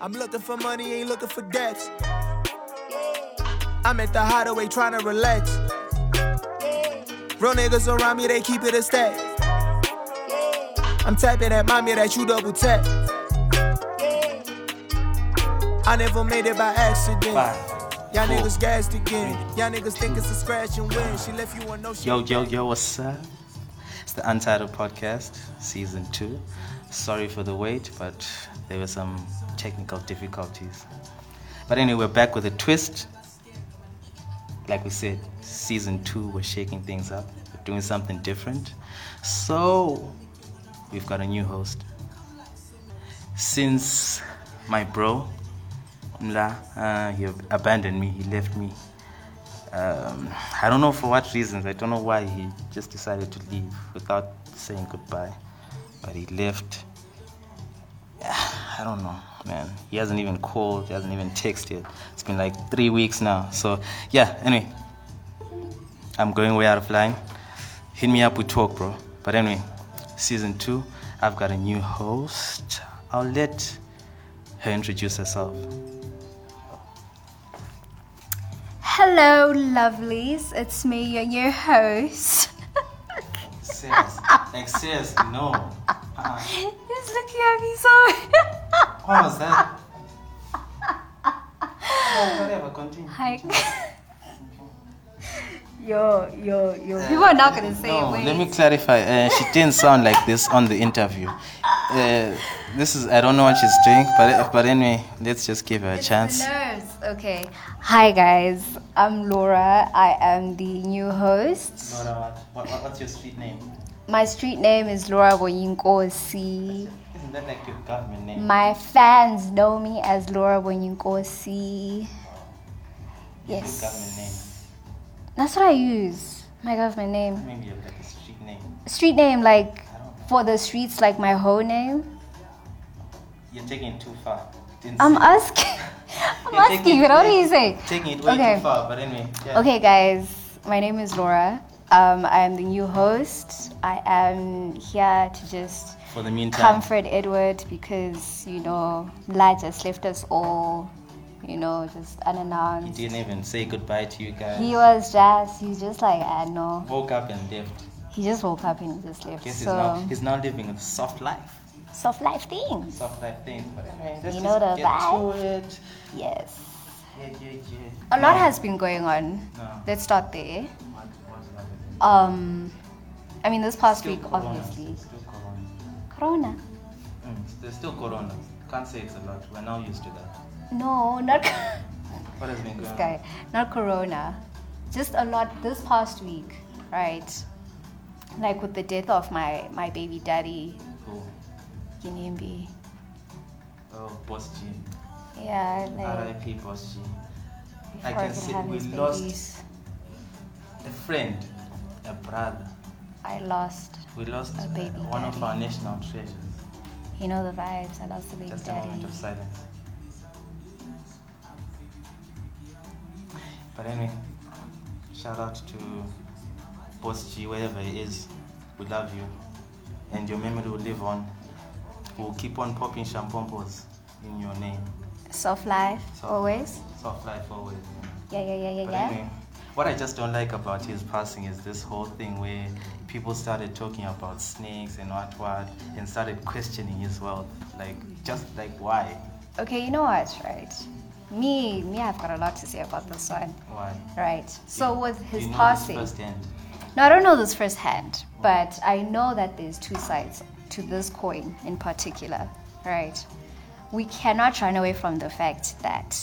I'm looking for money, ain't looking for debts. I'm at the hideaway trying to relax. Real niggas around me, they keep it a stack. I'm tapping at mommy that you double tap. I never made it by accident. Y'all niggas gassed again. Y'all niggas think it's a scratch and win. She left you on no shit. Yo, yo, yo, what's up? It's the Untitled Podcast, Season 2. Sorry for the wait, but there were some technical difficulties. But anyway, we're back with a twist. Like we said, Season 2, we're shaking things up, we're doing something different. So, we've got a new host. Since my bro, Mla, uh, he abandoned me, he left me um, I don't know for what reasons. I don't know why he just decided to leave without saying goodbye. But he left. I don't know, man. He hasn't even called. He hasn't even texted. It's been like three weeks now. So yeah. Anyway, I'm going way out of line. Hit me up with talk, bro. But anyway, season two. I've got a new host. I'll let her introduce herself. Hello, lovelies. It's me, your new host. Sis, like sis, no. Uh-uh. He's looking at me so. Pause that. Oh, whatever, continue. Hi. yo, yo, yo. People are not gonna say no, it. Wait. let me clarify. Uh, she didn't sound like this on the interview. Uh, this is I don't know what she's doing, but but anyway, let's just give her a chance. Nerves. Okay. Hi, guys. I'm Laura. I am the new host. what's your street name? My street name is Laura Wonyinkosi. Isn't that like your government name? My fans know me as Laura Wonyinkosi. Yes. Government name. That's what I use. My government name. Maybe you have like a street name. Street name, like for the streets, like my whole name. You're taking it too far. Didn't I'm say- asking. I'm You're taking asking. it What are way- you saying? Taking it way okay. too far, but anyway. yeah. Okay, guys. My name is Laura. Um, I am the new host. I am here to just For the meantime, comfort Edward because you know Lai just left us all, you know, just he unannounced. didn't even say goodbye to you guys. He was just, he was just like, I know. Woke up and left. He just woke up and he just left. Guess he's now so he's now living a soft life. soft life things. Soft life things. But anyway, let's You just know the get vibe. to it. Yes. Yeah, yeah, yeah. A lot has been going on. No. Let's start there. What- what's happening? Um, I mean, this past Still week, corona, obviously. Still corona. Corona. Mm, there's still corona. Can't say it's a lot. We're now used to that. No, not co- What has been this going on? guy. Not Corona. Just a lot this past week, right? Like with the death of my my baby daddy, Cool. Ginembi. Oh, Boss G. Yeah, like RIP Boss G. before I I can could see have we his lost- babies, A friend, a brother. I lost. We lost A baby uh, one of daddy. our national treasures. You know the vibes. I lost the baby Just a daddy. moment of silence. But anyway, shout out to Boss G, wherever he is. We love you. And your memory will live on. We'll keep on popping champompos in your name. Soft life, Soft- always. Soft life always. Yeah, yeah, yeah, yeah, But yeah. anyway, what I just don't like about his passing is this whole thing where people started talking about snakes and what what and started questioning his wealth. Like, just like why? Okay, you know what, right? Me, me, I've got a lot to say about this one. Why? Right. So with his you know passing, This firsthand. now I don't know this firsthand, but I know that there's two sides to this coin in particular. Right. We cannot run away from the fact that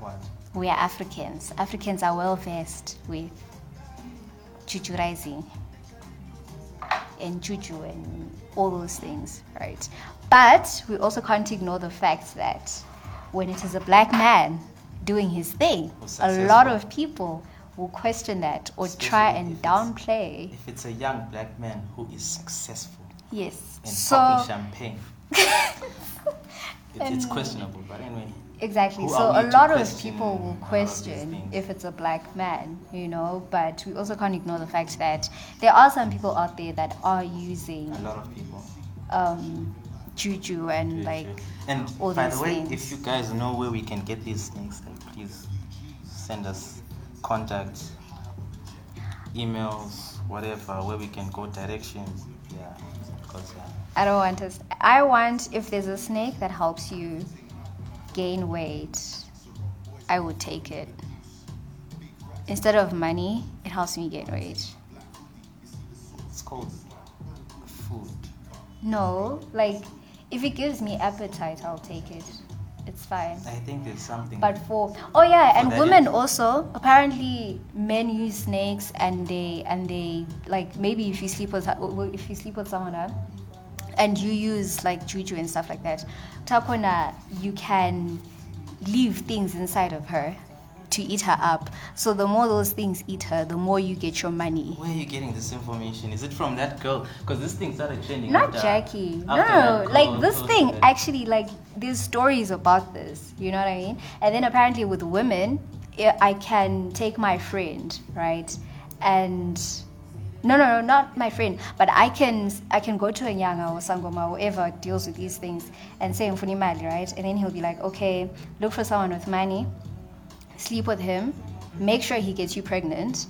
What? we are Africans. Africans are well versed with chuchurizing and chuchu and all those things, right? But we also can't ignore the fact that when it is a black man doing his thing, Who's a lot of people will question that or try Especially and if it's- downplay. If it's a young black man who is successful Yes. and So popping champagne, it's, it's questionable. But anyway, Exactly. Who so are a we to lot of question people all will of these question things? if it's a black man, you know, but we also can't ignore the fact that there are some people out there that are using a lot of people. um, juju and like and all by these the way, things. if you guys know where we can get these things, then please send us contact, emails, whatever, where we can go directions. Yeah, because yeah, I don't want us. I want if there's a snake that helps you gain weight, I would take it. Instead of money, it helps me gain weight. it's called food. No, like if it gives me appetite, I'll take it. It's fine. I think there's something. But for oh yeah, For and that women is- also apparently men use snakes and they and they like maybe if you sleep with well, if you sleep with someone huh, and you use like juju and stuff like that, tapona you can leave things inside of her to eat her up. So the more those things eat her, the more you get your money. where are you getting this information? Is it from that girl? Because this thing started trending. Not after- Jackie. after that No, girl like this posted thing it. actually like there's stories about this. You know what I mean? And then apparently with women, I I can take my friend, right? And no, no, no, not my friend, but I can I can go to a nyanga or sangoma, whoever deals with these things, and say mfuni mali, right? And then he'll be like, okay, look for someone with money, sleep with him, make sure he gets you pregnant,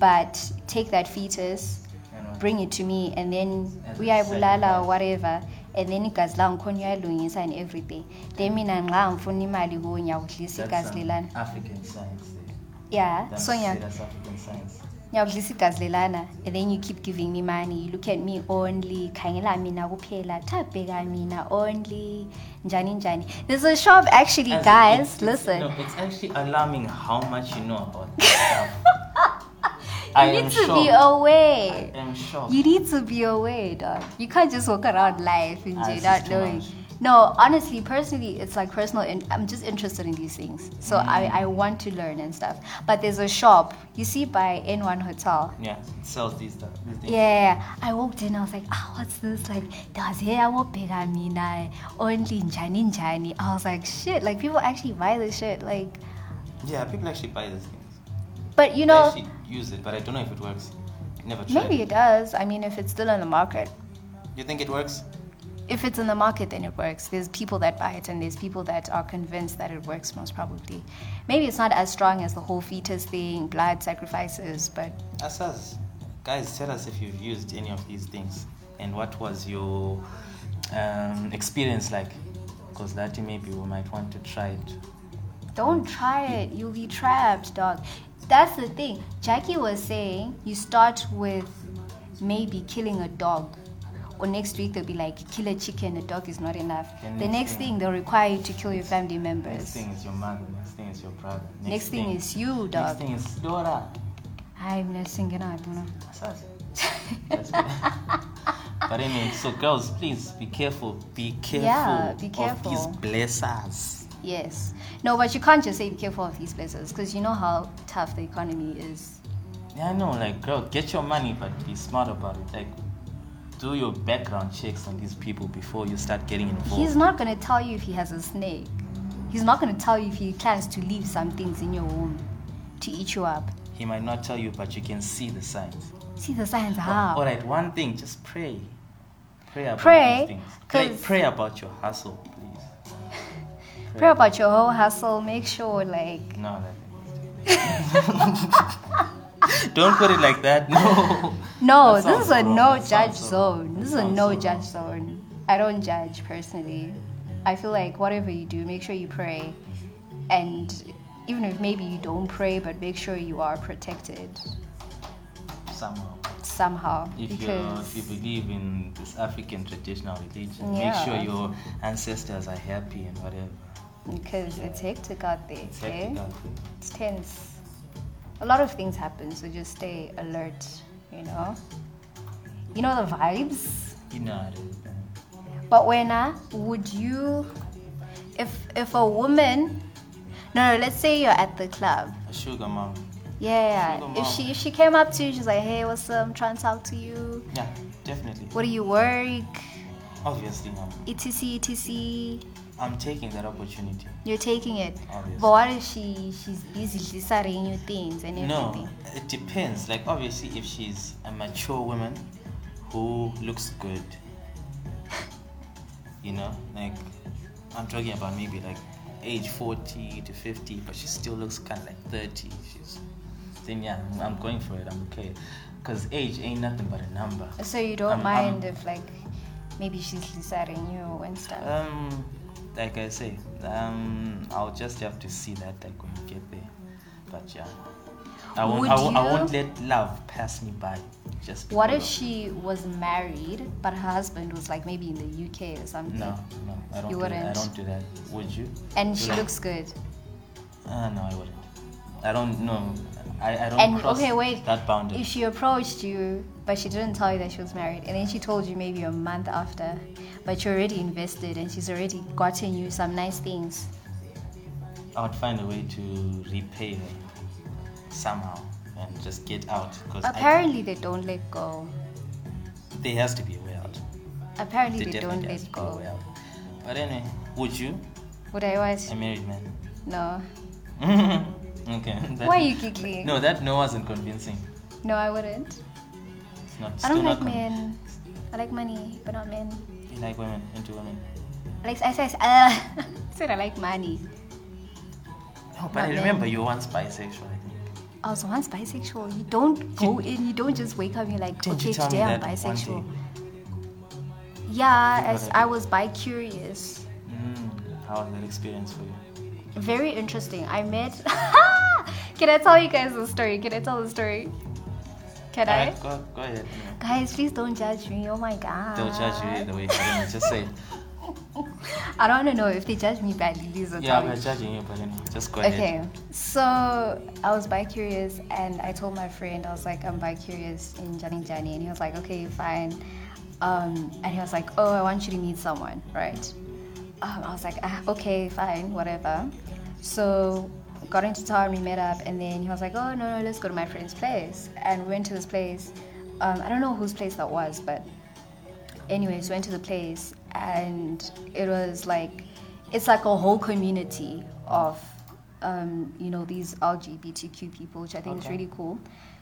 but take that fetus And what- bring it to me and then And uyayibulala sacrifice. or whatever and then igazi lam khona uyalungisa and everything then mina nxa ngifuna imali kuwo ngiyakudlisa That's igazi some lelana African science. there. yeah That's- so ngiya- That's African science. ngiyakudlisa igazi lelana and then you keep giving me money you look at me only khangela mina kuphela thabheka mina only njani njani there's a shop actually As in, guys it's- it's- listen No, it's actually alarming how much you know about this stuff. I you am need to shocked. be aware I am shocked. You need to be aware, dog. You can't just walk around life and Ah, do it's not too knowing. much. No, honestly, personally, it's like personal. In- I'm just interested in these things, so Mm. I, I want to learn and stuff. But there's a shop you see by N1 Hotel. yeah, it sells these stuff. These things. Yeah, I walked in. I was like, ah, what's this? Like, does here I will pick Amina only njani njani. I was like, shit. Like people actually buy this shit. Like, Yeah, people actually buy these things. but you They know, actually use it, but I don't know if it works. Never tried. maybe it does. I mean, if it's still in the market. You think it works? if it's in the market then it works there's people that buy it and there's people that are convinced that it works most probably maybe it's not as strong as the whole fetus thing blood sacrifices but As us, guys, tell us if you've used any of these things and what was your um, experience like. Because that maybe we might want to try it. don't try it you'll be trapped dog that's the thing jackie was saying you start with maybe killing a dog or next week they'll be like kill a chicken a dog is not enough The the next next thing- thing they'll require you to kill your family members Next thing is your mother. Next thing is your brother. Next thing is you, Next dog. thing is Dora. i'm not singing i don't know Asas. That's good. but anyway, so girls, please be careful. Be careful. Yeah, be careful. Of these blessers. Yes. No, but you can't just say be careful of these places because you know how tough the economy is. Yeah, I know. Like, girl, get your money, but be smart about it. Like, do your background checks on these people before you start getting involved. He's not going to tell you if he has a snake. He's not going to tell you if he plans to leave some things in your womb to eat you up. He might not tell you, but you can see the signs. See the signs how. All right, one thing, just pray. Pray about Pray, these things. Pray, 'cause- pray about your hustle, please. Pray about your whole hustle. Make sure, like, No, that. Don't put it like that. No. no, That this is a sounds wrong. no That judge sounds wrong. zone. That This is a sounds no wrong. judge zone. I don't judge personally. I feel like whatever you do, make sure you pray. And even if maybe you don't pray, but make sure you are protected. Somehow. somehow If, you're, because if you believe in this African traditional religion, Yeah. make sure your ancestors are happy and whatever. because it's hectic out there. It's okay? hectic out there. It's tense. A lot of things happen, so just stay alert. You know, you know the vibes. You know how it is. man. But when I would you, if if a woman, no, no, let's say you're at the club. A sugar mom. Yeah, Single if mom. she if she came up to you, she's like, hey, what's up? I'm trying to talk to you. Yeah, definitely. What do you work? Obviously, mom. Etc. Etc. I'm taking that opportunity. You're taking it. Obviously. But what if she she's busy she's starting new things and everything? No, it depends. Like, obviously, if she's a mature woman who looks good, you know, like I'm talking about maybe like age 40 to 50, but she still looks kind of like 30. She's then yeah, I'm, I'm going for it. I'm okay, cause age ain't nothing but a number. So you don't I'm- I'm- mind if like maybe she's deciding you and stuff. Um, like I say, um, I'll just have to see that like when we get there. But yeah, I won't. Would I, won't I you- won't let love pass me by. Just what if because she was married but her husband was like maybe in the UK or of- something? No, no, I don't. You do That. I wouldn't? don't do that. Would you? And she Would I- looks good. Uh, no, I wouldn't. I don't know. I, I don't And cross okay, wait. that boundary. If she approached you but she didn't tell you that she was married and then she told you maybe a month after, but you're already invested and she's already gotten you some nice things. I would find a way to repay her somehow and just get out because Apparently they don't let go. there has to be a way out. Apparently There they don't definitely has let to be a go. way out. But anyway, would you? Would I was A married man. no. okay. that- Why are you giggling? No, that no wasn't convincing. No, I wouldn't. It's not. I still don't like not convincing. men. I like money, but not men. You like women, into women. I like I said, uh, said I like money. No, but Not I men. remember you were once bisexual. I think. I was once bisexual. You don't go in. You don't just wake up. You're like, Didn't okay, you tell me today I'm that one day? bisexual. Yeah, You as got it. I was bi curious. Mm, how was that experience for you? Very interesting. I met. Can I tell you guys the story? Can I tell the story? Can I? Alright, go, go ahead. anyway. Guys, please don't judge me. Oh my god. They'll judge you either way. anyway, Just say. it. I don't want to know if they judge me badly. Please don't Yeah, tell me. we're judging you, but anyway, just go ahead. Okay, so I was bi curious and I told my friend, I was like, I'm bi curious in Johnny Johnny. And he was like, okay, fine. Um, and he was like, oh, I want you to meet someone, right? Um, I was like, ah, okay, fine, whatever. So got into town, we met up, and then he was like, oh, no, no, let's go to my friend's place. And we went to this place. Um, I don't know whose place that was, but anyways went to the place and it was like it's like a whole community of um, you know these lgbtq people which i think is Okay. really cool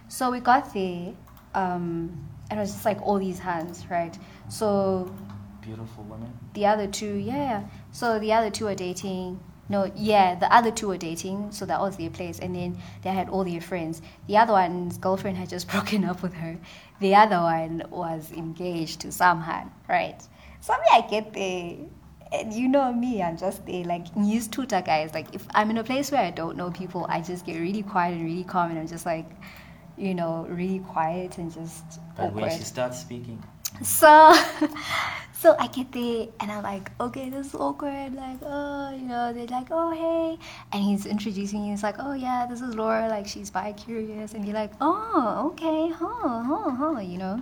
so we got there um, and it was just like all these hands right so Beautiful women. the other two yeah so the other two are dating no yeah the other two were dating so that was their place and then they had all their friends the other one's girlfriend had just broken up with her the other one was engaged to someone right so me i get there and you know me i'm just there like news tutor guys like if i'm in a place where i don't know people i just get really quiet and really calm and i'm just like you know really quiet and just But when awkward. she starts speaking, So, so I get there and I'm like, okay, this is awkward. Like, oh, you know, they're like, oh, hey, and he's introducing you. He's like, oh yeah, this is Laura. Like, she's bi-curious, and you're like, oh, okay, huh, huh, huh, you know.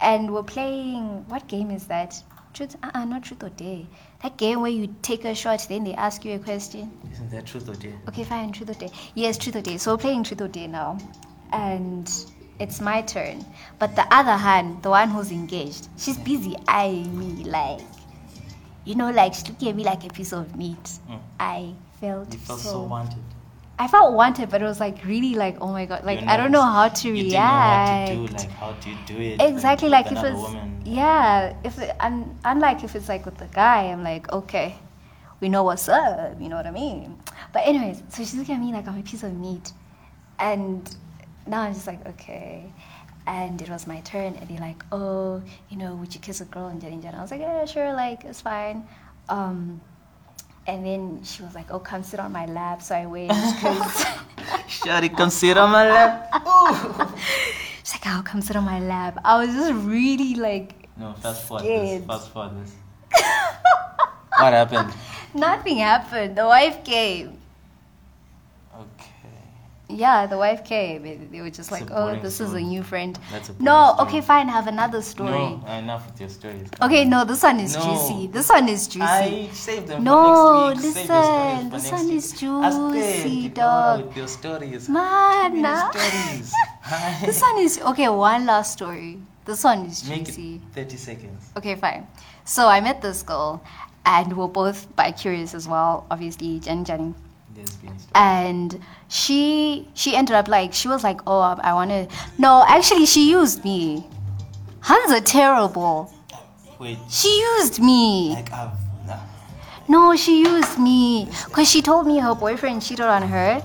And we're playing. What game is that? Truth? Uh-uh, not truth or dare. That game where you take a shot, then they ask you a question. isn't that truth or dare? Okay, fine, Truth or Dare. Yes, Truth or Dare. So we're playing Truth or Dare now. And it's my turn. But the other hand, the one who's engaged, she's busy eyeing me like, you know, like she looked at me like a piece of meat. I felt, Mm. You felt so wanted. I felt wanted, but it was like really like, oh my god, like You're I don't know nervous. how to you react. didn't know what to do. Like, how do you do it? Exactly, like, with if another it's woman. yeah, if it, un, unlike if it's like with the guy, I'm like okay, we know what's up, you know what I mean. But anyways, so she's looking at me like I'm a piece of meat, and now I'm just like okay, and it was my turn, and they're like oh, you know, would you kiss a girl and Jenny Jenny? I was like yeah, sure, like it's fine. Um, and then she was like oh, come sit on my lap, so I waited 'cause- Shawty, come sit on my lap. she's like oh, come sit on my lap. I was just really like No, fast forward Scared. this. Fast forward this. what happened? Nothing happened. The wife came. Okay. Yeah, the wife came. And they were It's just like, a oh, boring this is a story. new friend. That's a boring no, story. okay, fine. I have another story. No, enough with your stories. Okay, no, this one is No. juicy. This one is juicy. I saved them No, for next week. Save your stories listen, for this next one week. is Ask them, juicy, get Laura dog. With your stories. Man, Your nah. stories. Hi. this one is okay. One last story. This one is Make juicy. it 30 seconds. Okay, fine. So I met this girl, and we're both bi curious as well. Obviously, Jenny, Jenny. There's been stories. and she she ended up like she was like oh i want to no actually she used me hans are terrible Wait, she used me like I've Nah. No, she used me because she told me her boyfriend cheated on her,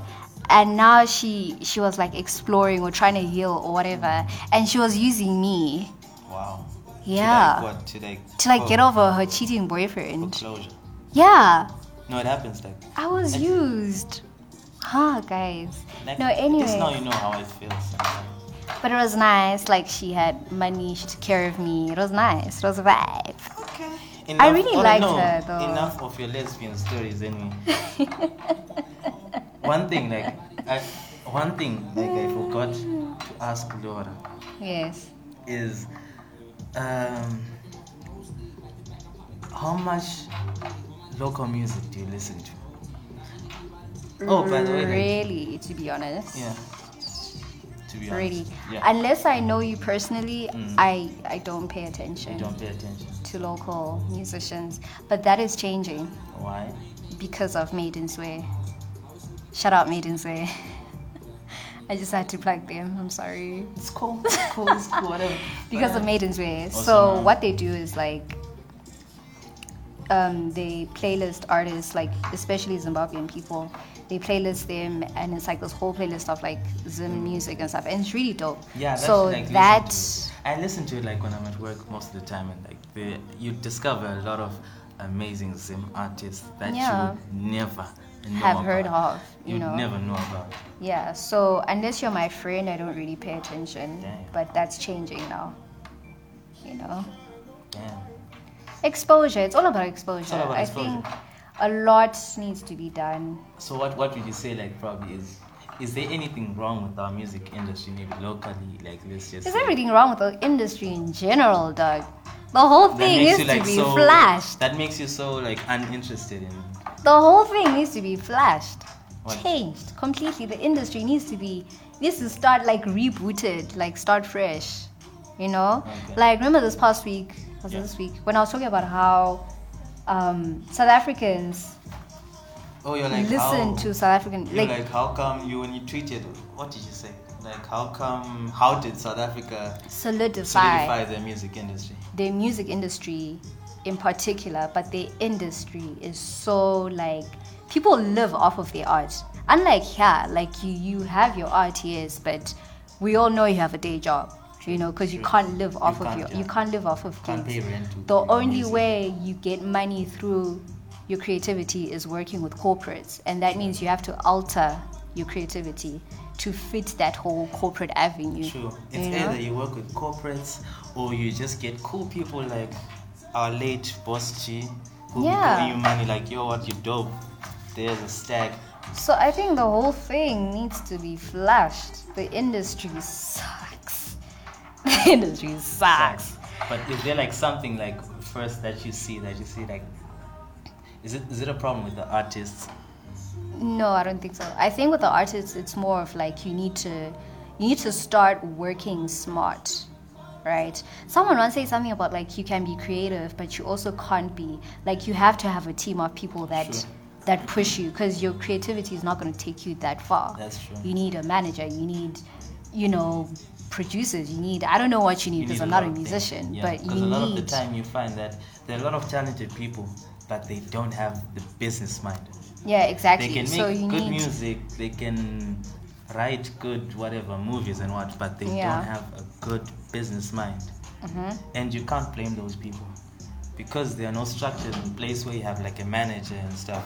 and now she she was like exploring or trying to heal or whatever, and she was using me. Wow. Yeah. To like what? To like. to like oh, get over her cheating for boyfriend. closure. Yeah, No, it happens like. I was used. Huh, guys. like No, Just now anyway, you know how it feels. Sometimes. but it was nice. Like she had money, she took care of me. It was nice. It was a vibe. Okay. I really oh, liked no, her, though. Enough of your lesbian stories, anyway. one thing, like, I, one thing, like, I forgot to ask Laura Yes. is, um, how much local music do you listen to? Oh, by the way, like- really, to be honest. Yeah. To be honest. Really, Yeah. unless I know you personally, Mm. I I don't pay attention you don't pay attention. to local musicians. But that is changing Why? because of Maiden's Way. Shout out Maiden's Way. I just had to plug them. I'm sorry. It's cool. It's cool. It's cool. Whatever. because of Maiden's Way. So Awesome. what they do is like um, they playlist artists, like especially Zimbabwean people. They playlist them, and it's like this whole playlist of like Zim music and stuff, and it's really dope. Yeah, that's so like listen that to it. I listen to it like when I'm at work most of the time, and like the, you discover a lot of amazing Zim artists that Yeah. you never know have heard about. of, you, know. never know about. Yeah. So unless you're my friend, I don't really pay attention. Damn. But that's changing now. You know. Damn. Exposure. It's all about exposure. all about I exposure. think a lot needs to be done. So what what would you say like probably is is there anything wrong with our music industry maybe locally like let's just There's say, everything wrong with the industry in general, Doug. The whole that thing makes needs you, like, to be so, flashed. That makes you so like uninterested in. The whole thing needs to be flashed, What? changed completely. The industry needs to be needs to start like rebooted, like start fresh. You know, Okay. like remember this past week, was it Yeah. this week when I was talking about how um, South Africans Oh, you're like listen how, to South African You're like, how come you when you tweeted what did you say like how come how did South Africa solidify solidify the music industry? their music industry in particular, but their industry is so like people live off of their art. Unlike here, like you, you have your art, yes, but we all know you have a day job, you know, because you True. can't live You off of can't, your, yeah. you can't live off of Can't gigs. pay rent to The your only music. way you get money through your creativity is working with corporates, and that means you have to alter your creativity to fit that whole corporate avenue. True. you It's know? either you work with corporates or you just get cool people like our late boss G who will Yeah. giving you money like yo what you dope. There's a stack. So I think the whole thing needs to be flashed. The industry sucks. The industry sucks. But is there like something like first that you see that you see like is it is it a problem with the artists? No, I don't think so. I think with the artists, it's more of like you need to, you need to start working smart, right? Someone once said something about like you can be creative, but you also can't be. Like you have to have a team of people that. Sure. That push you because your creativity is not going to take you that far. That's true. You need a manager. You need, you know, producers. You need. I don't know what you need You because need I'm lot not a of things. musician, Yeah, but you because a lot need. of the time you find that there are a lot of talented people, but they don't have the business mind. yeah, They exactly. can make so you good need. music, they can write good whatever movies and what, but they Yeah. Mm-hmm. don't have a good business mind. And you can't blame those people because there are no structures in place where you have like a manager and stuff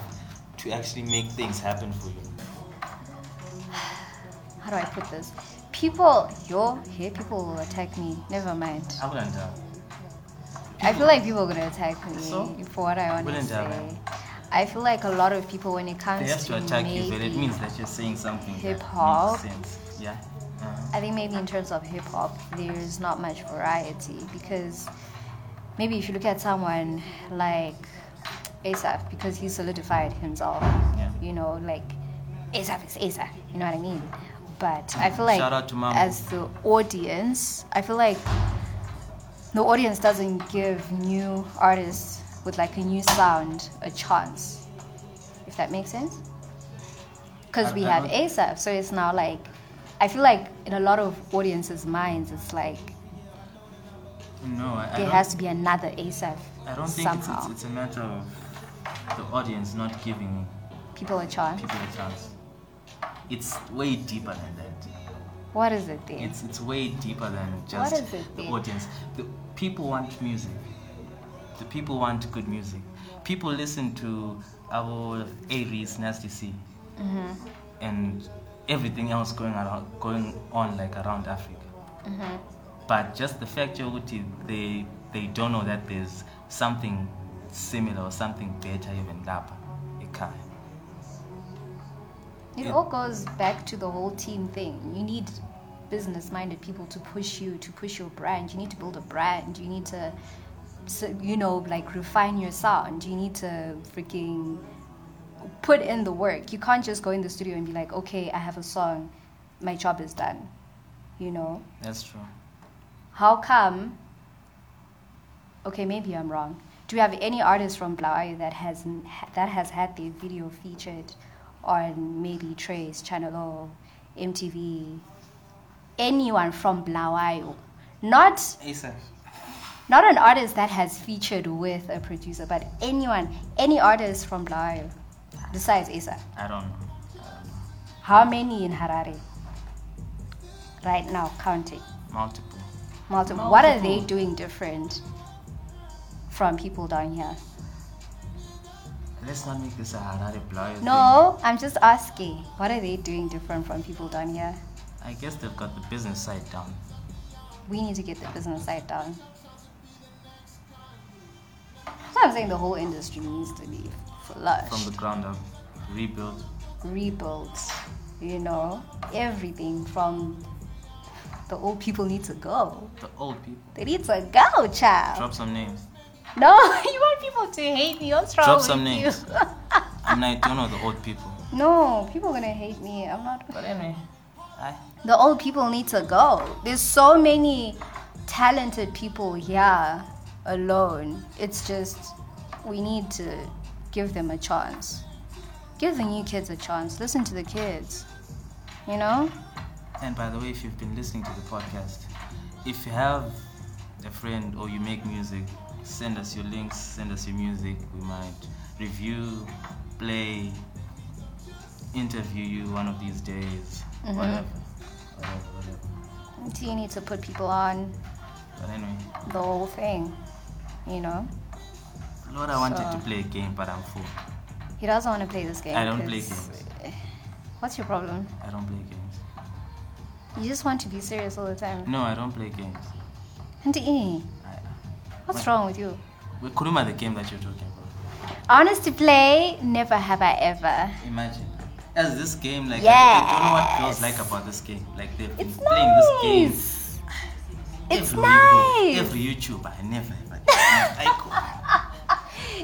to actually make things happen for you. How do I put this? People, yo, here people will attack me. Never mind. I wouldn't uh, doubt. I feel like people are gonna attack me So? for what I want to Wouldn't have. say. I feel like a lot of people when it comes They have to to attack you, but it maybe- means that you're saying something that hip hop. makes sense. Yeah. Uh-huh. I think maybe in terms of hip hop, there's not much variety because maybe if you look at someone like ASAP, because he solidified himself, Yeah. you know, like ASAP is ASAP, you know what I mean? But I feel like Shout out to Mambo. as the audience, I feel like the audience doesn't give new artists with like a new sound a chance, if that makes sense because I- we I have don't- ASAP. So it's now like, I feel like in a lot of audiences' minds, it's like No, I, I there don't has to be another ASAP I don't think it's, somehow. it's, it's a matter of the audience not giving People a chance. people a chance. It's way deeper than that. What is it then? It's it's way deeper than just is it the then? audience. The people want music. The people want good music. People listen to our Aries Nasty C Mm-hmm. and everything else going around going on like around Africa. Mm-hmm. But just the fact Yoguti they they don't know that there's something similar or something better even lapha ekhaya. It Yeah. all goes back to the whole team thing. You need business minded people to push you, to push your brand. You need to build a brand. You need to, so- you know, like refine your sound. You need to freaking put in the work. You can't just go in the studio and be like, okay, I have a song, my job is done. You know? That's true. How come? Okay, maybe I'm wrong. Do you have any artist from Blawayo that has that has had their video featured on maybe Trace, Channel O, MTV? Anyone from Blawayo? Not Asa. not an artist that has featured with a producer, but anyone, any artist from Blawayo besides Asa. I don't know. Um, How many in Harare? Right now, counting. multiple. Multiple. What are they doing different from people down here? Let's not make this a Harare blur. No, I'm just asking. What are they doing different from people down here? I guess they've got the business side down. We need to get the business side down. That's why I'm saying the whole industry needs to be From the flushed, ground up, rebuild. rebuilt, you know, everything from the old people need to go. The old people. They need to go, child. Drop some names. No, you want people to hate me. What's wrong Drop with some you? names. I mean, I don't know the old people. No, people are gonna hate me. I'm not. But anyway, I, the old people need to go. There's so many talented people here alone. It's just we need to give them a chance. Give the new kids a chance. Listen to the kids. You know? and by the way, if you've been listening to the podcast, if you have a friend or you make music, send us your links, send us your music. We might review, play, interview you one of these days, whatever. Whatever, whatever. So you need to put people on But anyway, the whole thing. You know? Lord, I wanted So- to play a game, but I'm full. He doesn't want to play this game. I don't play 'cause- games. What's your problem? I don't play games. You just want to be serious all the time. No, I don't play games. Mm. Auntie, I, what's wrong with you? we Kuruma, the game that you're talking about. Honest to play, never have I ever. Imagine. As this game, like, I, I don't know what girls Yes. like about this game. Like, they've been It's playing this game. nice. It's everywhere you nice. Go, every YouTuber, I never, ever. I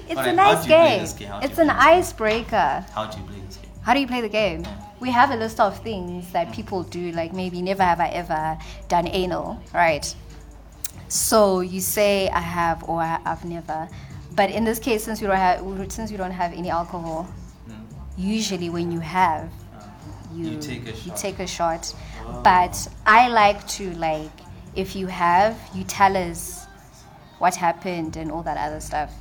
It's a Alright, how nice do you play game. this game? How do It's you an play this game? icebreaker. go. How do you play this game? How do you play the game? We have a list of things that people do, like maybe never have I ever done anal, right? So you say I have or I- I've never, but in this case, since we don't have since we don't have any alcohol, Hmm. usually when you have, you, Uh, You take a you shot. Oh. take a shot. But I like to like if you have, you tell us what happened and all that other stuff.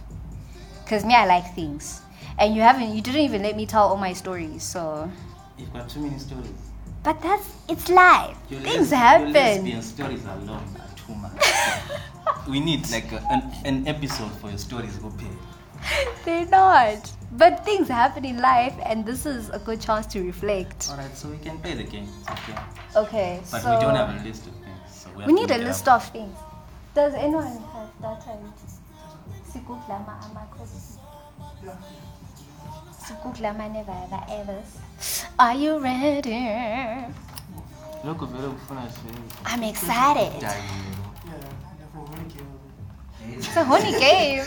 Cause me, I like things, and you haven't, you didn't even let me tell all my stories. So, You've got too many stories. but that's it's life. Your les- things Your happen. lesbian stories alone are too much. we need, like, a, an, an episode for your stories, okay? They're not. But things happen in life, and this is a good chance to reflect. Alright, so we can play the game. It's okay. Okay, But so we don't have a list of things. So we have we to need a make it list up. of things. Does anyone have data? Sikudlama amakhosi. Sikudlama never ever ever. Are you ready? Lokhu vele kufuna nje- I'm excited. Dayo. It's a honey game.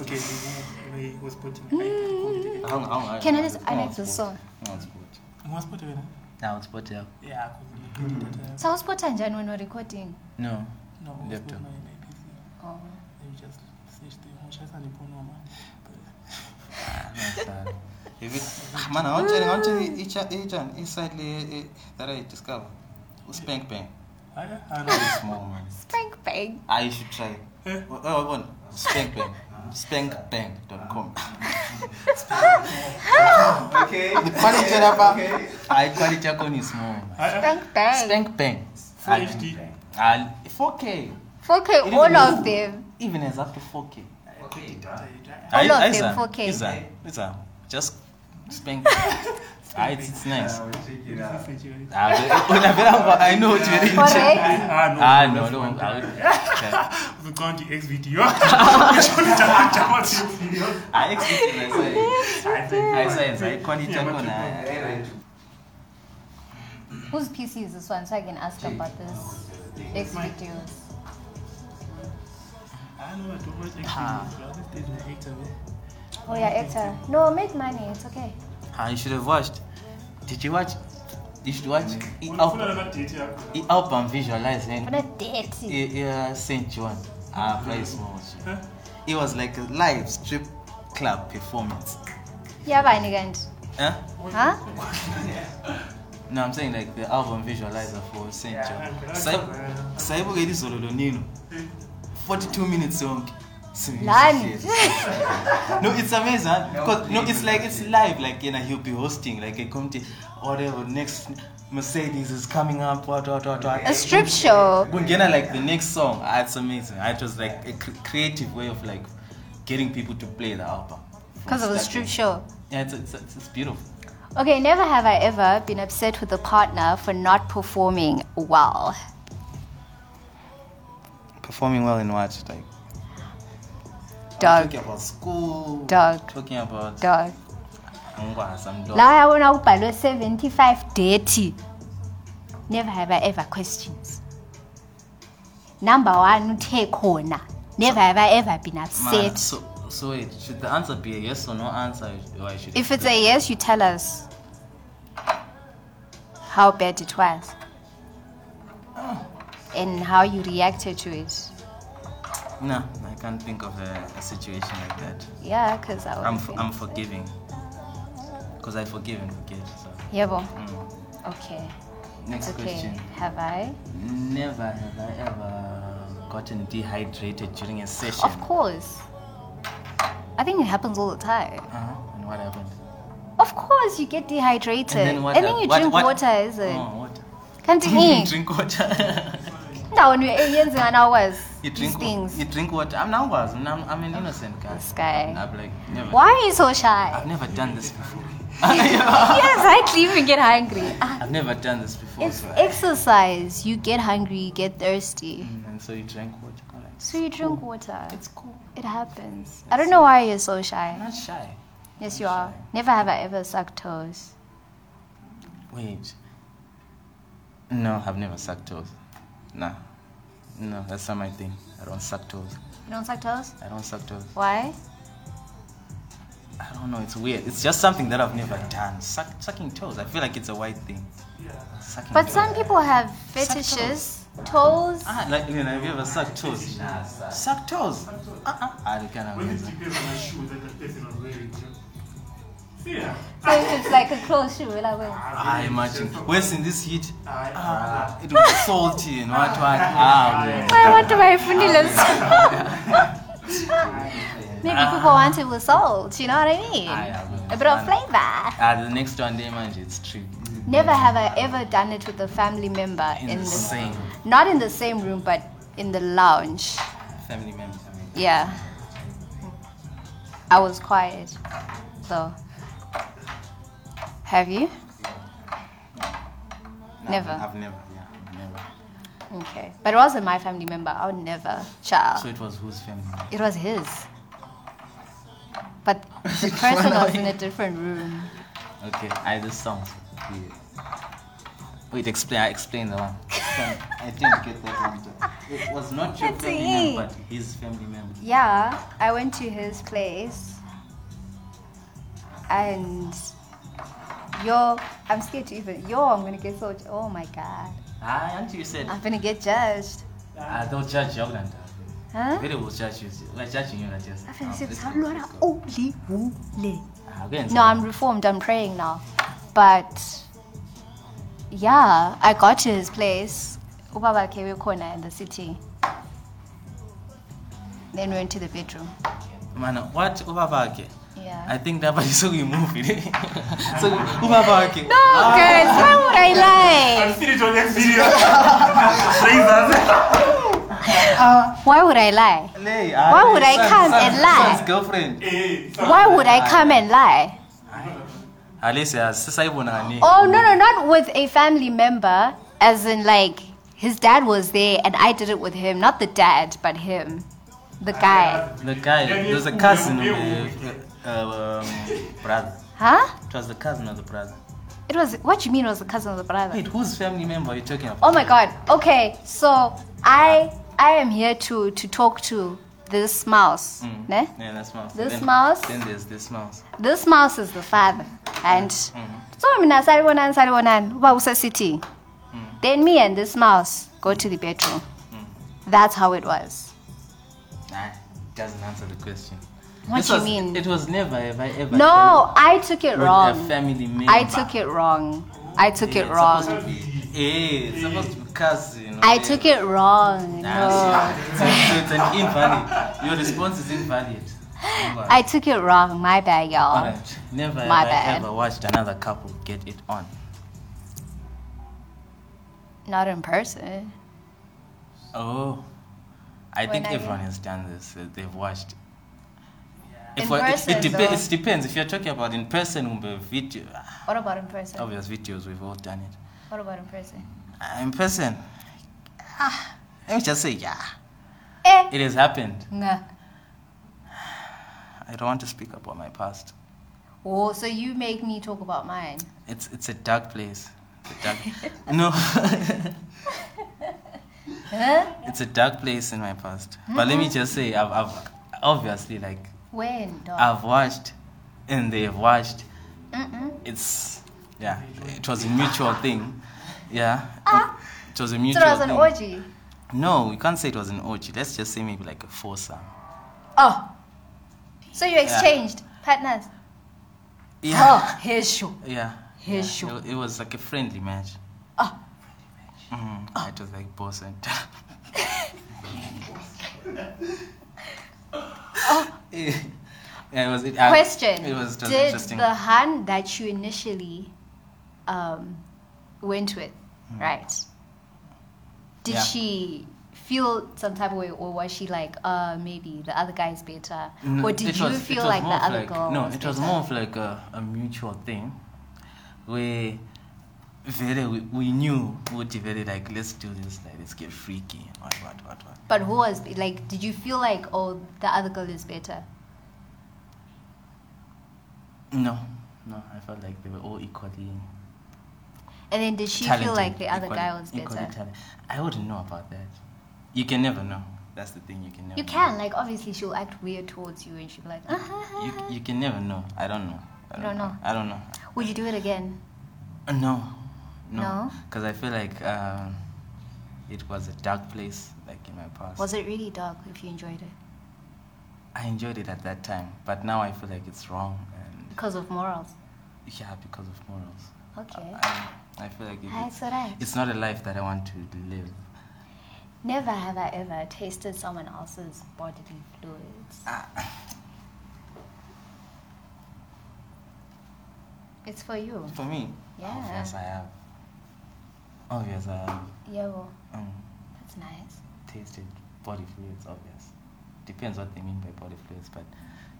Okay, we we spot him. How- how- how- Can I just- I No, like it's the good. song. No, it's good. We spot him. No, it's good, yeah. Yeah, I could do that. Sawuspota njani when we're recording? No. No, Laptop. laptop. My, my PC. Oh. Then you just search the Mushasa Niponoma. But Sad. If it- Man, I want to I want to each each and each side le- eh, that I discover. Spank bang. I don't I don't Small man. Spank bang. Ah, you should try. What, what one? Spankbang. Spankbang.com. Ah. Okay. The quality hapa. I Ah, quality yako ni small. I- Spank bang. Spankbang. Full HD. Ah, 4K. 4K, It all even of is- them. Even as up to 4K. Okay. All Ai- of ai za- them 4K. iza- iza. Just spank. Ah, it's, it's nice. I'll check it out. I- Ah, but- unavera kwamba, I know what you're doing. Correct? Ah, no, Ah, no, that's no. one. I We've gone to X video. Which one is that? Which one is X video? expected I say. I think- I say, I say, quality Yeah, yako what na. you Whose PC is this one? So I can ask about this. X videos. I know I don't watch X Ah. videos, but this is a hater, man. Oh yeah, actor. No, make money. It's okay. Ah, you should have watched. Did you watch? You should watch. i- Well, full Up, of that data, I'm gonna- i- up and visualize and But a dirty. i- i- uh, Saint John. Ah, play small. shit. Huh? It was like a live strip club performance. Yeah, by nigga. Huh? Huh? No, I'm saying like the album visualizer for Saint John. okay, that's alright. Sai- Saibuka ilizolo lonino. 42 minutes yonke. Singisa Lani. shit. no, it's amazing. huh? Because no, it's like it's live. Like you know, he'll be hosting like a comedy, whatever. Next Mercedes is coming up. What what what what. A strip show. Kungena like the next song. Ah, it's amazing. Ah, It was like a cr- creative way of like getting people to play the album. Because of a strip show. Yeah, it's it's, it's, it's beautiful. Okay, never have I ever been upset with a partner for not performing well. Performing well in what like. Dog. Talking about school. Dog. Talking about Dog. angwaza mdog. La yabona ubhalwe 75 dirty. Never have I ever questions. Number one, take khona. Never have I ever been Man, upset. so, so wait, should the answer be a yes or no answer? Or I should If it's a yes, you tell us how bad it was Ah. and how you reacted to it. no, I can't think of a, a situation like that. Yeah, because I I'm f- I'm forgiving because I forgive and forget. So Yebo. mm. Okay. next okay. question. Have I? Never have I ever gotten dehydrated during a session. Of course. I think it happens all the time. Uh-huh. And what happened? Of course, you get dehydrated. hap- you what- drink what- water, is it? Oh, water. Can't eat. drink water. Indawo nje eyenza ngani awazi you these drink. wa- things. You drink water. I'm not was. I'm, I'm an innocent guy. This guy. I'm like never. Why are you so shy? I've never done this before. yes, I even get hungry. Ah. I've never done this before. It's so I- exercise. You get hungry, you get thirsty. Mm, and so you drank water. All right. So you drink water. It's cool. It happens. I don't know why you're so I'm shy. not shy. Yes, you are. Never have I ever sucked toes. Wait. No, I've never sucked toes. Nah. No, that's not my thing. I don't suck toes. You don't suck toes? I don't suck toes. Why? I don't know. It's weird. It's just something that I've never done. Suck, sucking toes. I feel like it's a white thing. Sucking But toes. some people have Suck fetishes. Toes. Ah, like, you know, have you ever sucked toes? Suck toes. Uh-uh. I don't kind When it of depends on the shoe that the person was wearing. Yeah. So if it's like a closed shoe, like when. I Ah, imagine. Where's in this heat? I- Ah, it was salty and what, what. Ah, man. Why want to buy Maybe people want it with salt, you know what Ah. I mean? Ah, yeah, A bit of fun. flavor. Ah, the next one, they manage it's true. Never have I ever done it with a family member in, the Insane. Not in the same room, but in the lounge. Family members. I mean. Yeah. I was quiet. So, have you? No, Never. I've never, yeah, never. Okay. But it wasn't my family member. I would never. Child. So it was whose family? It was his. But the person was in a different room. Okay, I this song. Yeah. Wait, explain. I explain the one. I didn't get that one. It was not your That's family it. member, but his family member. Yeah, I went to his place. And yo, I'm scared to even. Yo, I'm gonna get so. Oh my god. Ah, until you said, I'm gonna get judged. ah, they'll judge you, Ogland. Huh? Really will judge you. We're judging you, like yes. Afana sebza go, lona let's go. olivule. Ah, go and No, I'm reformed. I'm praying now. But yeah, I got to his place ubaba ke wekhona in the city then we went to the bedroom Mana, what ubabake? yeah I think that was so you movie. so ubabake. no guys Oh, why would i lie Feel it on next video. Raise why would i lie Lay, Why would I come and lie? Son's girlfriend. us. why would i come and lie Alice has sisayibona kaningi. oh no no not with a family member as in like his dad was there and i did it with him not the dad but him the guy The guy, there's a cousin of the uh, um, brother. huh It was the cousin of the brother. it was what you mean it was the cousin of the brother Wait, whose family member are you talking about? Oh my god. Okay, so I I am here to to talk to this mouse. Mm. Oh, Ne? Yeah, that's mouse. This then, mouse? Then there's this mouse. This mouse is the father. And Mm. so I'm in a Sariwanan Sariwanan Wausa City. Mm. Then me and this mouse go to the bedroom. That's how it was. Nah, doesn't answer the question. What This do you was- mean? It was never have I ever. No, I took it done with A wrong. family member. I took it wrong. I took Yeah, it it's wrong. supposed to be- Yeah, Eh, it's supposed to be cousin. I took it wrong. Nah, No. it's, it's- it's an invalid. Your response is invalid. I took it wrong. My bad, y'all. Alright, Never My have bad. I ever watched another couple get it on. Not in person. Oh, I When think I- everyone has done this. uh, They've watched. In I- it, person, it, depe- though. it depends. If you're talking about in person, will be video. ah, What about in person? Obvious videos, we've all done it. What about in person? Ah, In person, ah, let me just say, yeah, Eh. it has happened. Nah. I don't want to speak about my past. Oh, so you make me talk about mine. It's it's a dark place. It's a dark. no, Huh? it's a dark place in my past. But Mm-hmm. let me just say, I've, I've obviously like When, dog? I've watched, and they've watched. Mm-mm. it's yeah it was a mutual thing yeah Ah. it was a So mutual it was an thing orgy. no we can't say it was an orgy let's just say maybe like a foursome Ah. Oh. So you exchanged partners. yeah Oh, here's shoe. yeah, Hey, yeah. sure. It, it was like a friendly match Ah. Mhm. it was like boss and yeah, it was it, I- Oh. Question. it was just Did interesting the hun that you initially um, went with, right? Did Hmm. Yeah. she feel some type of way, or was she like, uh, maybe the other guy's better? No, or did Mm, it you was- it feel was like the more of other like- girl? No, was it was better? more of like a, a mutual thing where very we, we knew we would very like let's do this, like let's get freaky, what what what what. But who was like? Did you feel like oh the other girl is better? No, no, I felt like they were all equally And then did she talented. feel like the other equally- guy was equally better? talent- I wouldn't know about that. You can never know. That's the thing you can never You know. can like obviously she'll act weird towards you and she'll be like, "Uh-huh." You, you can never know. I don't know. I You don't know. I don't know. would you do it again? Uh, No, no, No? because I feel like um, it was a dark place, like in my past. Was it really dark if you enjoyed it I enjoyed it at that time, but now I feel like it's wrong, and because of morals? yeah, because of morals. Okay, I, I feel like it, that's alright. it's not a life that I want to live. Never have I ever tasted someone else's bodily fluids. Ah, It's for you. For me, Oh, Yeah. yes, I have. Obvious, I have Yeah, well, um, that's nice. tasted body fluids. Obvious. Depends what they mean by body fluids, but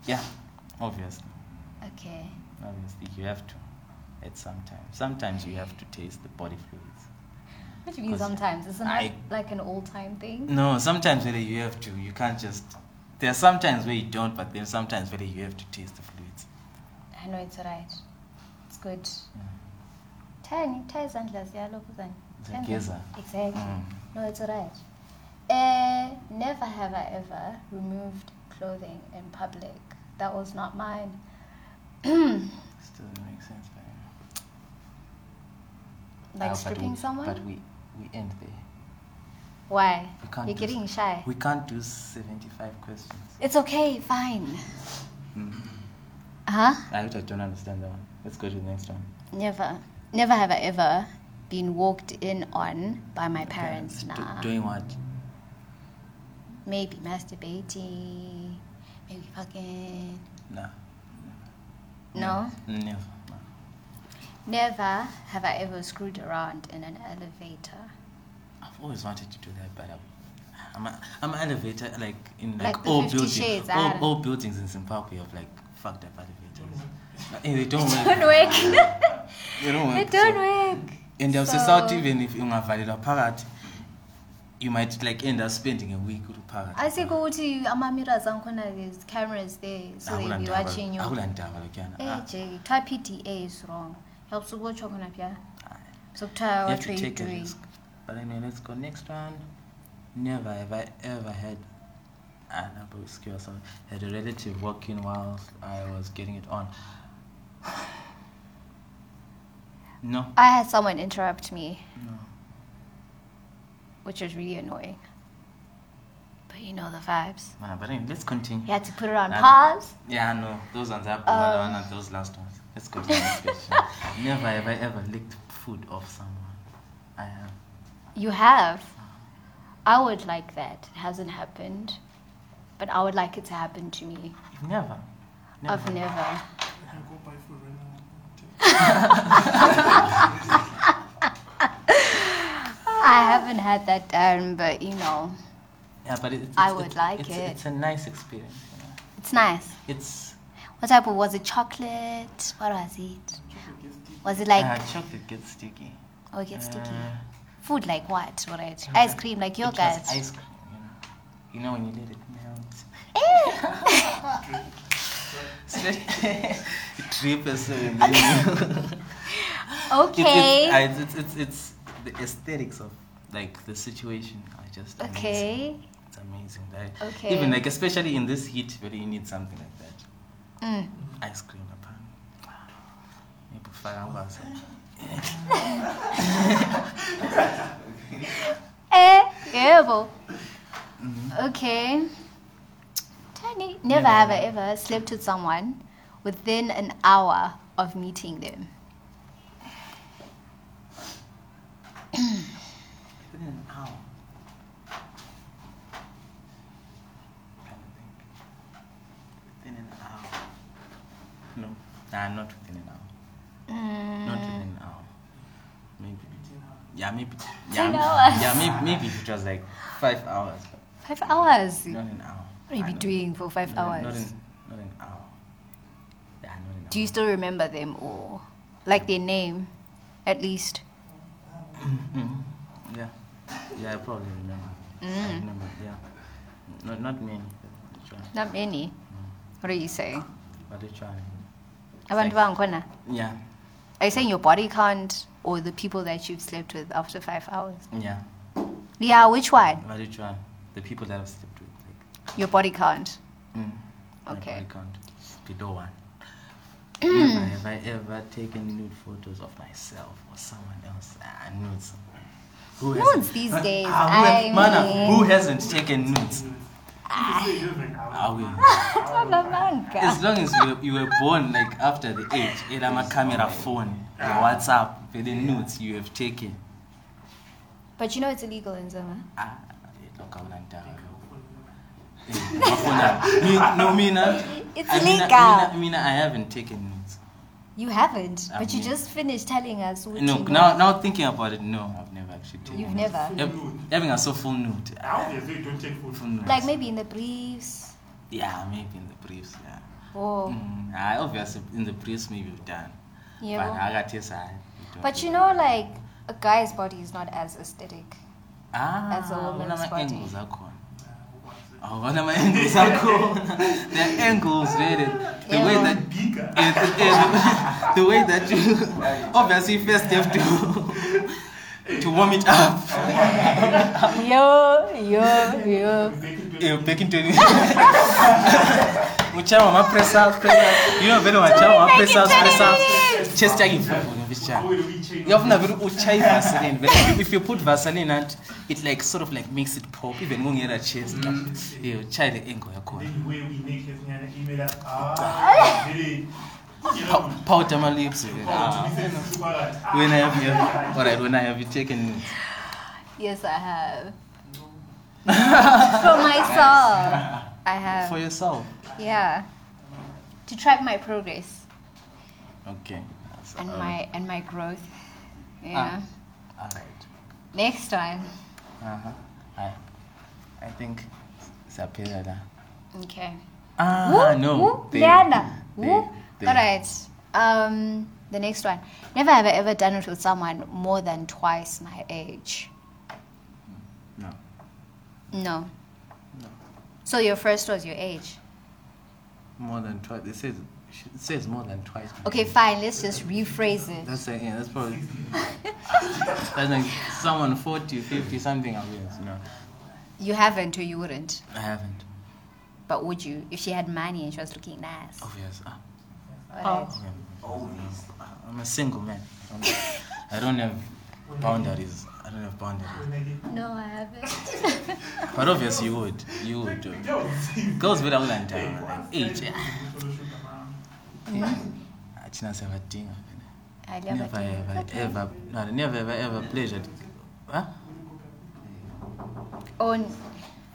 yeah, obviously, Okay. obviously you have to. At some time, sometimes you have to taste the body fluids. What do you mean 'Cause sometimes? Isn't that I- like an old time thing? No, sometimes really you have to. You can't just. There are sometimes where you don't, but then sometimes really you have to taste the fluids. I know it's alright. It's good. Tiny, tiny sandals, yeah, look then. Mm. The gazer. Exactly. Mm. No, it's alright. Uh, never have I ever removed clothing in public. That was not mine. like This doesn't make sense, man. Ah, but stripping we- someone? But we we end there. Why? We can't. You're do getting s- shy. We can't do seventy-five questions. It's okay, fine. Huh? Mm. I I don't understand that one. Let's go to the next one. Never. Never have I ever been walked in on by my parents Do- now. doing what? Maybe masturbating, maybe fucking. Nah. No? Never. Nah. Never have I ever screwed around in an elevator. I've always wanted to do that, but I'm I'm, a, I'm an elevator like in Like like, the all 50 buildings, shades, all, ah. all buildings in Zimbabwe have like fucked up elevators. Like, eh, they don't Don't work. work. They don't work. it don't so- work. And there was a So- South even if ungavalelwa phakathi you might like end up spending a week uriphakathi. asiko kuti amamirrors ankhona there's cameras there so they be Akulandaba- watching you akulandaba lokhuyana. Eh, Ah, Jay, kuthiwa pda is wrong yakusukutsho khona phya ah. sokuthiwa you have what to were you take a doing risk. But anyway, let's go next one. Never have I ever had an obscure song. Had a relative walk in while I was getting it on. No, i had someone interrupt me no. which was really annoying but you know the vibes Nah, Ah, but anyway, let's continue. you had to put it on Um, pause Yeah, no, those ones are Um. um, one of those last ones. Let's go to the next question. Never have I ever licked food off someone. I have. you have i would like that it hasn't happened but i would like it to happen to me You've never. Never. i've never I go buy food right now. Take- i haven't had that done but you know yeah, but it, it's, I it's- would it's- like it's, it. It's a nice experience. you know. it's nice It's What type of was it? Chocolate? What was it? Was it like uh, chocolate gets sticky. oh, it gets sticky? uh, Food like what? What I- ice cream like It your was guys? Ice cream. You know, you know when you let it melt. Eh! it drips and then you- It- Okay. it's, I- it's, it's, it's the aesthetics of like the situation are just amazing. okay. It's amazing. Right? Okay. Even like especially in this heat, really you need something like that. Mm. Ice cream, apparently. Maybe five hours. Eh, yebo. Mm-hmm. Okay. Tiny. Never Never. have I ever slept with someone within an hour of meeting them. Within an hour. Trying to think. Within an hour. No, nah, not within an hour. Not Mm. within an hour. Maybe. Yeah, maybe. Ten yeah, hours. Yeah, maybe, maybe if it was like five hours, but Five hours. not an hour. What are you I be know. doing for five not, Not hours? an, not an hour. Yeah, not an hour. Do you still remember them or like their name, at least? Mhm. Yeah. Yeah, I probably remember. I Mm. remember, yeah. Not, not many, but which one? Not many. Mm. What are you saying? But which one? Abantu bangikhona. Yeah, Are you saying your body count or the people that you've slept with after five hours? yeah. Yeah, which one? But which one? The people that I've slept with. Like, Your body count. mm, my body Okay. count. Below one. Never have I ever taken nude photos of myself or someone else? I nude someone. Who Nudes these days. Ah, who, ha- I Mana, who mean, hasn't taken nudes? Say you haven't. I will. Mamanga. As long as you were, you were born like after the age, it am a camera phone, the WhatsApp, the nudes you have taken. But you know it's illegal in Zuma. Ah, look, I'm not down. Me- No, Mina. It's I mean, I, illegal. mean, I haven't taken nudes. You haven't, I but you mean- just finished telling us. what Ah, No, you now, now thinking about it, no, I've never actually taken You've nudes. never. Ev- Having a so full nude. I obviously don't take food Full from nudes. Like maybe in the briefs yeah, maybe in the briefs, yeah. or. Mm, I obviously, in the briefs, maybe we've done. Yeah, But well. I got this, I. But you know, like, a guy's body is not as aesthetic. Ah, as a woman's vona body. ma-angles akhona oh vona ma-angles akhona they're angles really the way Yeah. that bigger. yeah, the, yeah, the, the way that you obviously first you have to to warm it up Yo, yo, yo. Eh, back into uchawa ma-press up press up you know vele wachawa ma-press up press up chest yake ivuvune How vishana will we change? uyafuna vele uchaye vaseline vele if you put vaseline at it like sort of like makes it pop even kungera chest Mm. yeah uchaye le angle yakhona Maybe where we make his nana email us. Ah, really. Yeah. Pow- powder my lips. Ah. When I have you, all right. When I have you taken it. Yes, I have. For myself, I for have. yourself. Yeah. To track my progress Okay. That's and all my and my growth. Ah. Yeah. right. All right. Next time. Uh huh. I, I think it's a pillar. Okay. Ah Woo, no. woo, they- Liana, they- woo. they- All right. Um, the next one. Never have I ever done it with someone more than twice my age. No. No. No. So your first was your age. More than twice. It says it says more than twice. Okay, fine. Let's just rephrase it. That's a, yeah, that's probably that's like someone 40, 50, something like this. No, You haven't, or you wouldn't. I haven't. But would you, if she had money and she was looking nice? Obvious. Ah, Alright. okay. I'm a single man. I'm, I don't have boundaries. I don't have boundaries. Oh. No, I haven't. But obviously you would. You would. do. Girls with all that time. Like, age. yeah. Achina sabadinga. I love Never it. ever ever. No, I never ever ever pleasured. Huh? Oh, n-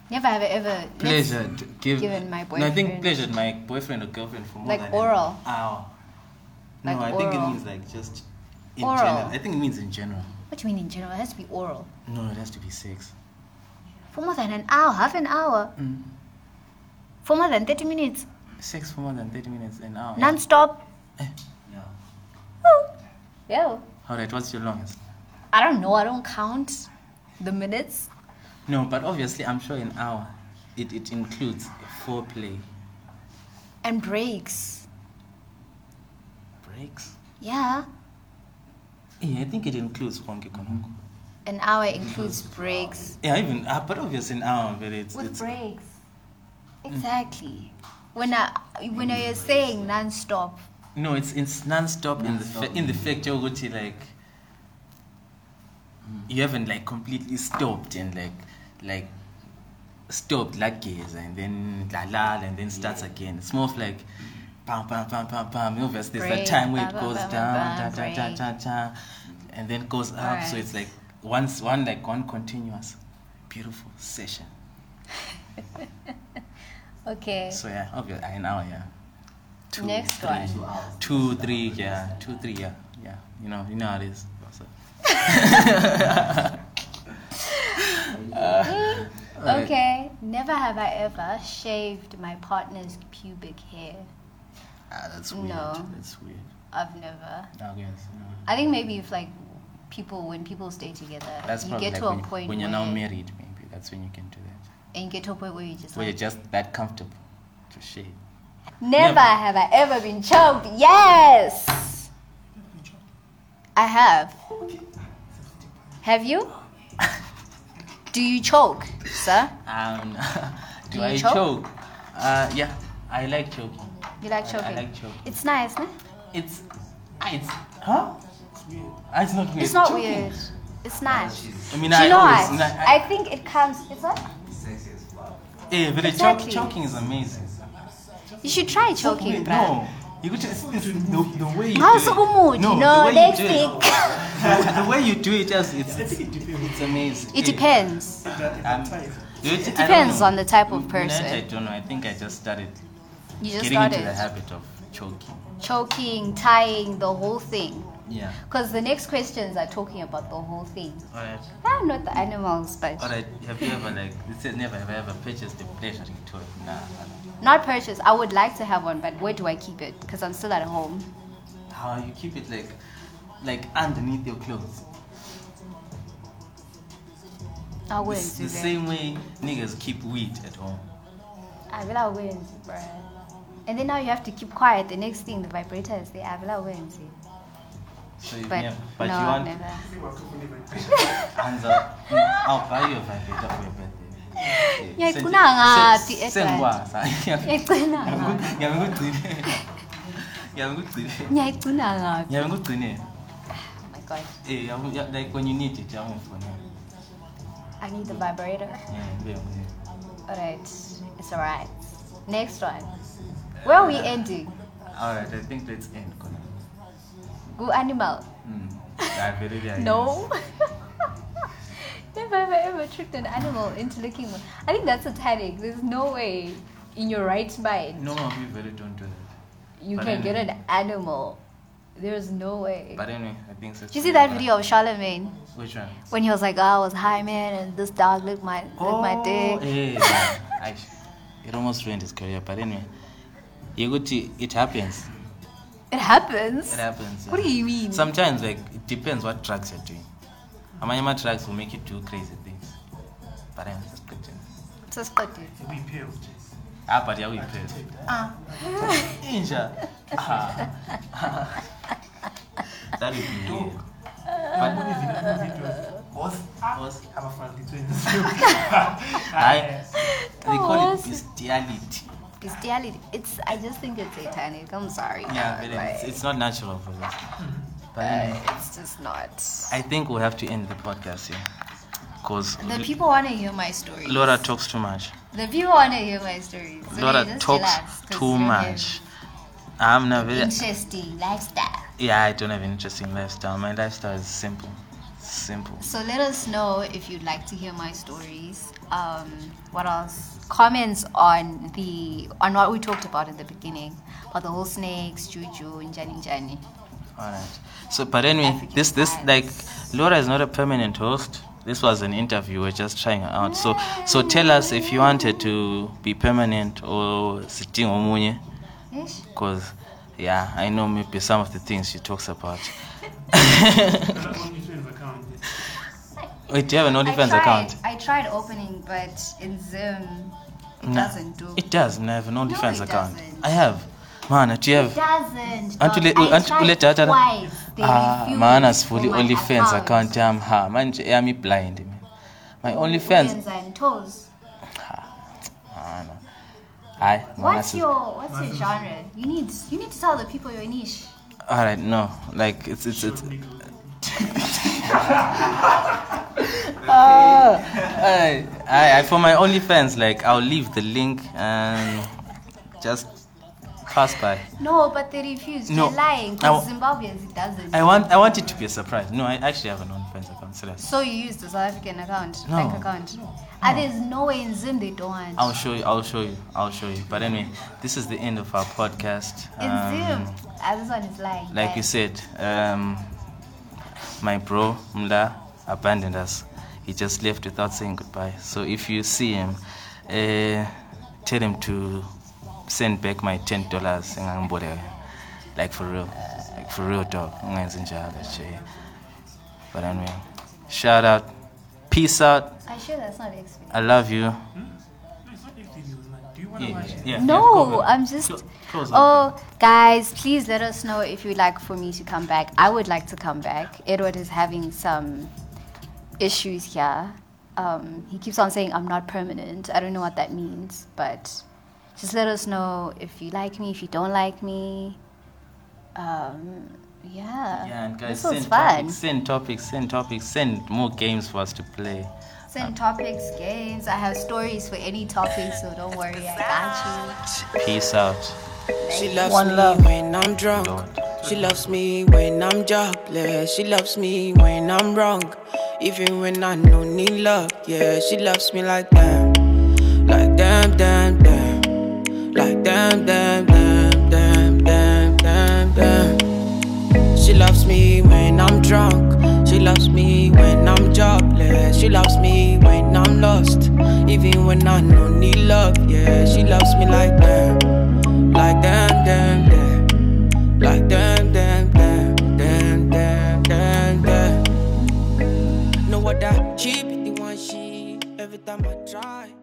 never have I ever. let's- Pleasured. Give, given my No, I think boyfriend. pleasured my boyfriend or girlfriend for more Like than oral. Ow. Like no, I think it oral. means like just in Oral. general. I think it means in general. What do you mean in general? It has to be oral. No, it has to be sex. For more than an hour, half an hour. Mm. For more than 30 minutes. Sex for more than 30 minutes an hour. Eh. Non stop. Yeah. Yeah. Alright, what's your longest? I don't know. I don't count the minutes. No, but obviously I'm sure an hour it, it includes foreplay. And breaks. Breaks? Yeah. Yeah, I think it includes konke konoko. Mm-hmm. An hour includes breaks. Yeah, even uh, but obviously an hour, but it's With it's Mm. breaks. Exactly. When I when you're saying non-stop, no, it's it's non-stop in the fa- in the fact you're going to like you haven't like completely stopped and like like stopped like gears and then la la and then starts again. It's more of like pam pam pam pam pam. Obviously, there's that Break, time where ba, it ba, goes ba, ba, down, ba, da, da, da, break. da, da, and then goes up. So Alright. it's like once one like one continuous beautiful session. okay. So yeah, obviously an hour, yeah. Two, Next three, one. Two, three, yeah, two, three, yeah, yeah. You know, you know how it is. So. Alright. Okay. Never have I ever shaved my partner's pubic hair. Ah, that's weird. No. That's weird. I've never. Now, guys, I think maybe if like people when people stay together, that's you probably like get to a when, point when you're where, now married. Maybe that's when you can do that. and you get to a point where you just Where like, you're just that comfortable to shave. never have I ever been choked. Yes, I have. Have you? Do you choke, sir? Um, do, Do you I choke? choke? Uh, yeah, I like choking. You like I- I choking? like choking. It's nice, no? It's, ah, it's, huh? Ah, It's not weird. It's not Choking. weird. It's nice. I mean, Do I you know always, what? I- I think it comes. It's not. Yeah, but Exactly. the choke, choking is amazing. You should try choking, Wait, bro. Oh, no, you could just it's, it's, the, the way you How do so it. good? No, No, the way no you next do week. it, the, the way you do it, just it's, it's, it's amazing. It depends. Um, it Depends on the type of I person. don't know. I think I just started You just getting into the started habit of choking. choking, tying, the whole thing. Yeah. Because the next questions are talking about the whole thing. Alright. Ah, not the animals, but Alright. Have you ever like? It says never have I ever purchased a pleasuring toy. Nah. nah. not purchase. I would like to have one, but where do I keep it? Because I'm still at home. How you keep it like, like underneath your clothes? I wouldn't It's do the that. same way niggas keep weed at home. I will wins, bruh. And then now you have to keep quiet. The next thing, the vibrator is there. I will wins. So you But, never- but no, you want never. hands up. I'll buy you a vibrator for your birthday. Yeah, kunangapi, Send- send Edward? wa, sa- Ngiyayigcina ngaphi? Ngiyabe ngikugcine. Ngiyabe ngikugcine. Ngiyayigcina ngaphi? Ngiyabe ngikugcine. Oh my god. Eh, yabu- ya- like when you need it, I'm I need the vibrator. Alright. It's alright. Next one. Where are we ending? All right, I think let's end, Kona. Go animal. Mm. I believe you are No. Never have I ever tricked an animal into licking me. I think that's satanic. There's no way in your right innocent. mind No, we really don't do that. you but can I get know. an animal. There's no way. But anyway, I think so. Did you see that video of Charlemagne Which one? when he was like, oh, I was high, man, and this dog licked my, licked my dick? eh, yeah. I- it almost ruined his career, but anyway. Yekuti, it happens. It happens. Oh. It happens. What yeah. do you mean? Sometimes, like, it depends what drugs you're doing. Amanyama drugs will make you do crazy things. But I'm just kidding. Saskati. We peeled. Ah, but yeah, we pissed. Ah. Inja. Ah. that is me. What Ah. is it? What is it? was- Was Was- I'm a friendly twins. I I, they call it bestiality. Bestiality. It's, I just think it's satanic. I'm sorry. Yeah, dog. but it's, Like, it's not natural for us. But anyway. uh, it's just not. I think we have to end the podcast here because The people want to hear my stories. Laura talks too much. The people want to hear my stories. So Laura they just talks relax 'cause too you have much. I'm not very. Interesting lifestyle. Yeah, I don't have an interesting lifestyle. My lifestyle is simple, simple. So let us know if you'd like to hear my stories. Um, what else? Comments on the on what we talked about in the beginning about the whole snakes, juju, and jani jani. Alright. So, but anyway, African this this vibes. like Laura is not a permanent host. This was an interview. We're just trying her out. So, so tell us if you wanted to be permanent or sitting omunye. Ish. Because, yeah, I know maybe some of the things she talks about. not only twins account. Wait, do you have an I OnlyFans tried, account? I tried opening, but in Zoom it No. doesn't do. It does, and I have an OnlyFans it account. doesn't. I have. Man, do you It have? doesn't. Aren't you dog. le- I aren't you tried le- data- twice. They Ah, refused man, as fully for my OnlyFans account. I'm ha. Man, j- I'm blind. man. My OnlyFans. Hands and toes. Ah, no. I. What's your what's your genre? You need you need to tell the people your niche. All right, no. Like it's it's it's. Ah, I, I, I for my OnlyFans, like I'll leave the link and just pass by. No, but they refuse. No. They're lying I wa- because Zimbabweans it doesn't. I want I want it to be a surprise. No, I actually have an OnlyFans account. Serious. so you use the South African account, No. bank account. And there's no way in Zim they don't want. I'll show you. I'll show you. I'll show you. But anyway, this is the end of our podcast. in Um, Zim, ah, this one is lying. like you said, um, my bro Mla abandoned us. He just left without saying goodbye. So if you see him, uh, tell him to send back my ten dollars Like for real, like for real, dog. Ungenzi njalo, nje. But anyway, shout out, peace out. I sure that's not expert. I love you. Do you want to Yeah, watch it? yeah, No, yeah, I'm just. Clo- close up. oh, guys, please let us know if you'd like for me to come back. I would like to come back. Edward is having some issues here. Um, he keeps on saying I'm not permanent. I don't know what that means, but just let us know if you like me, if you don't like me. Um, yeah. Yeah, and guys, this was send fun. topics, send topics, send topics, send more games for us to play. Send topics, games. I have stories for any topic, so don't worry. I got you. Peace out. She loves me when I'm drunk. Lord. She loves me when I'm jobless. She loves me when I'm wrong. Even when I no need love. Yeah, she loves me like that. Like damn, damn, damn. Like damn, damn, damn, damn, damn, damn, damn. She loves me when I'm drunk. She loves me when I'm jobless. She loves me when I'm lost. Even when I no need love. Yeah, she loves me like that. Like damn, damn, damn. Like damn, damn, damn, damn, damn, damn, damn. Know what that she be the one she every time I try.